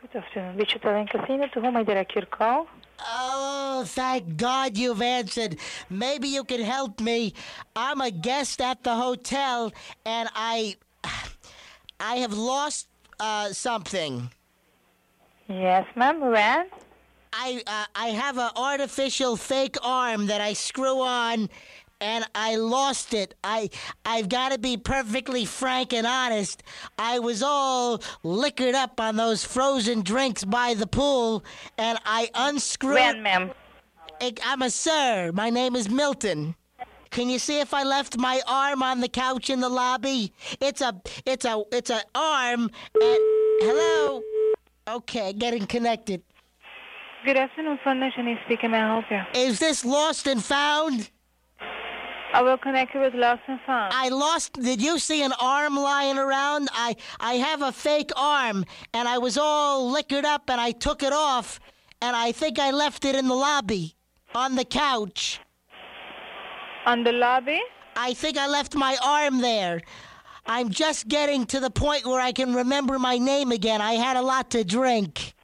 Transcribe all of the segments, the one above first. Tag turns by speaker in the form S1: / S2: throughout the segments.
S1: Good afternoon, Wichita and Casino. To whom I direct your call?
S2: Oh, thank God you've answered. Maybe you can help me. I'm a guest at the hotel, and I, I have lost uh, something.
S1: Yes, ma'am. When?
S2: I uh, I have an artificial fake arm that I screw on, and I lost it. I I've got to be perfectly frank and honest. I was all liquored up on those frozen drinks by the pool, and I unscrewed.
S1: When, ma'am?
S2: I- I'm a sir. My name is Milton. Can you see if I left my arm on the couch in the lobby? It's a it's a it's an arm. And, hello. Okay, getting connected.
S1: Good afternoon, Foundation is speaking. May I help you?
S2: Is this lost and found?
S1: I will connect you with Lost and Found.
S2: I lost. Did you see an arm lying around? I I have a fake arm, and I was all liquored up, and I took it off, and I think I left it in the lobby, on the couch.
S1: On the lobby?
S2: I think I left my arm there. I'm just getting to the point where I can remember my name again. I had a lot to drink.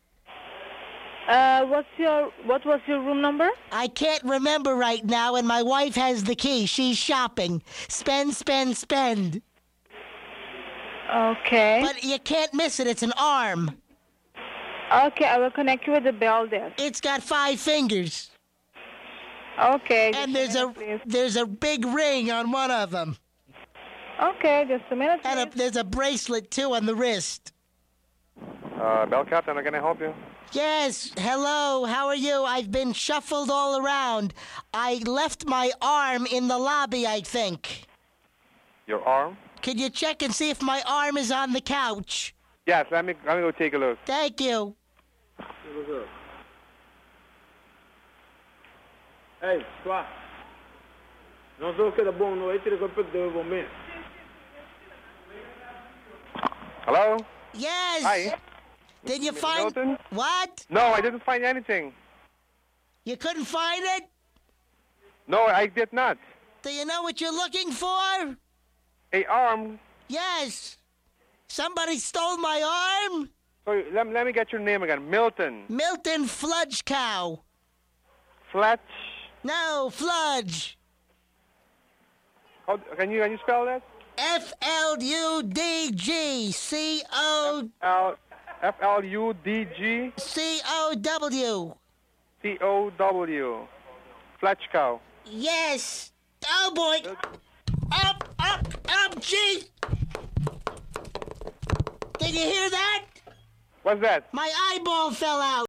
S1: Uh, what's your what was your room number?
S2: I can't remember right now, and my wife has the key. She's shopping. Spend, spend, spend.
S1: Okay.
S2: But you can't miss it. It's an arm.
S1: okay, I will connect you with the bell desk.
S2: It's got five fingers,
S1: Okay. just
S2: and there's a
S1: minute, please.
S2: there's a big ring on one of them,
S1: Okay, just a minute.
S2: and a,
S1: please.
S2: there's a bracelet too on the wrist.
S3: Uh, Bell Captain, how can I help you?
S2: Yes, hello. How are you? I've been shuffled all around. I left my arm in the lobby, I think.
S3: Your arm?
S2: Could you check and see if my arm is on the couch?
S3: Yes, let me let me go take a look.
S2: Thank you.
S4: Hey, toi. Não sei o que era bom, não. Eu tirei o que eu vou mesmo.
S3: Hello?
S2: Yes.
S3: Hi.
S2: Did you find
S3: Milton?
S2: what?
S3: No, I didn't find anything.
S2: You couldn't find it?
S3: No, I did not.
S2: Do you know what you're looking for?
S3: A arm.
S2: Yes. Somebody stole my arm?
S3: So let, let me get your name again. Milton
S2: Milton Fludge Cow.
S3: Fletch.
S2: No, Fludge.
S3: How, can you can you spell that?
S2: F L U D G C O
S3: L F L U D G
S2: C O W.
S3: C O W. Fletch cow.
S2: Yes. Oh boy. Up, up, up, G. Did you hear that?
S3: What's that?
S2: My eyeball fell out.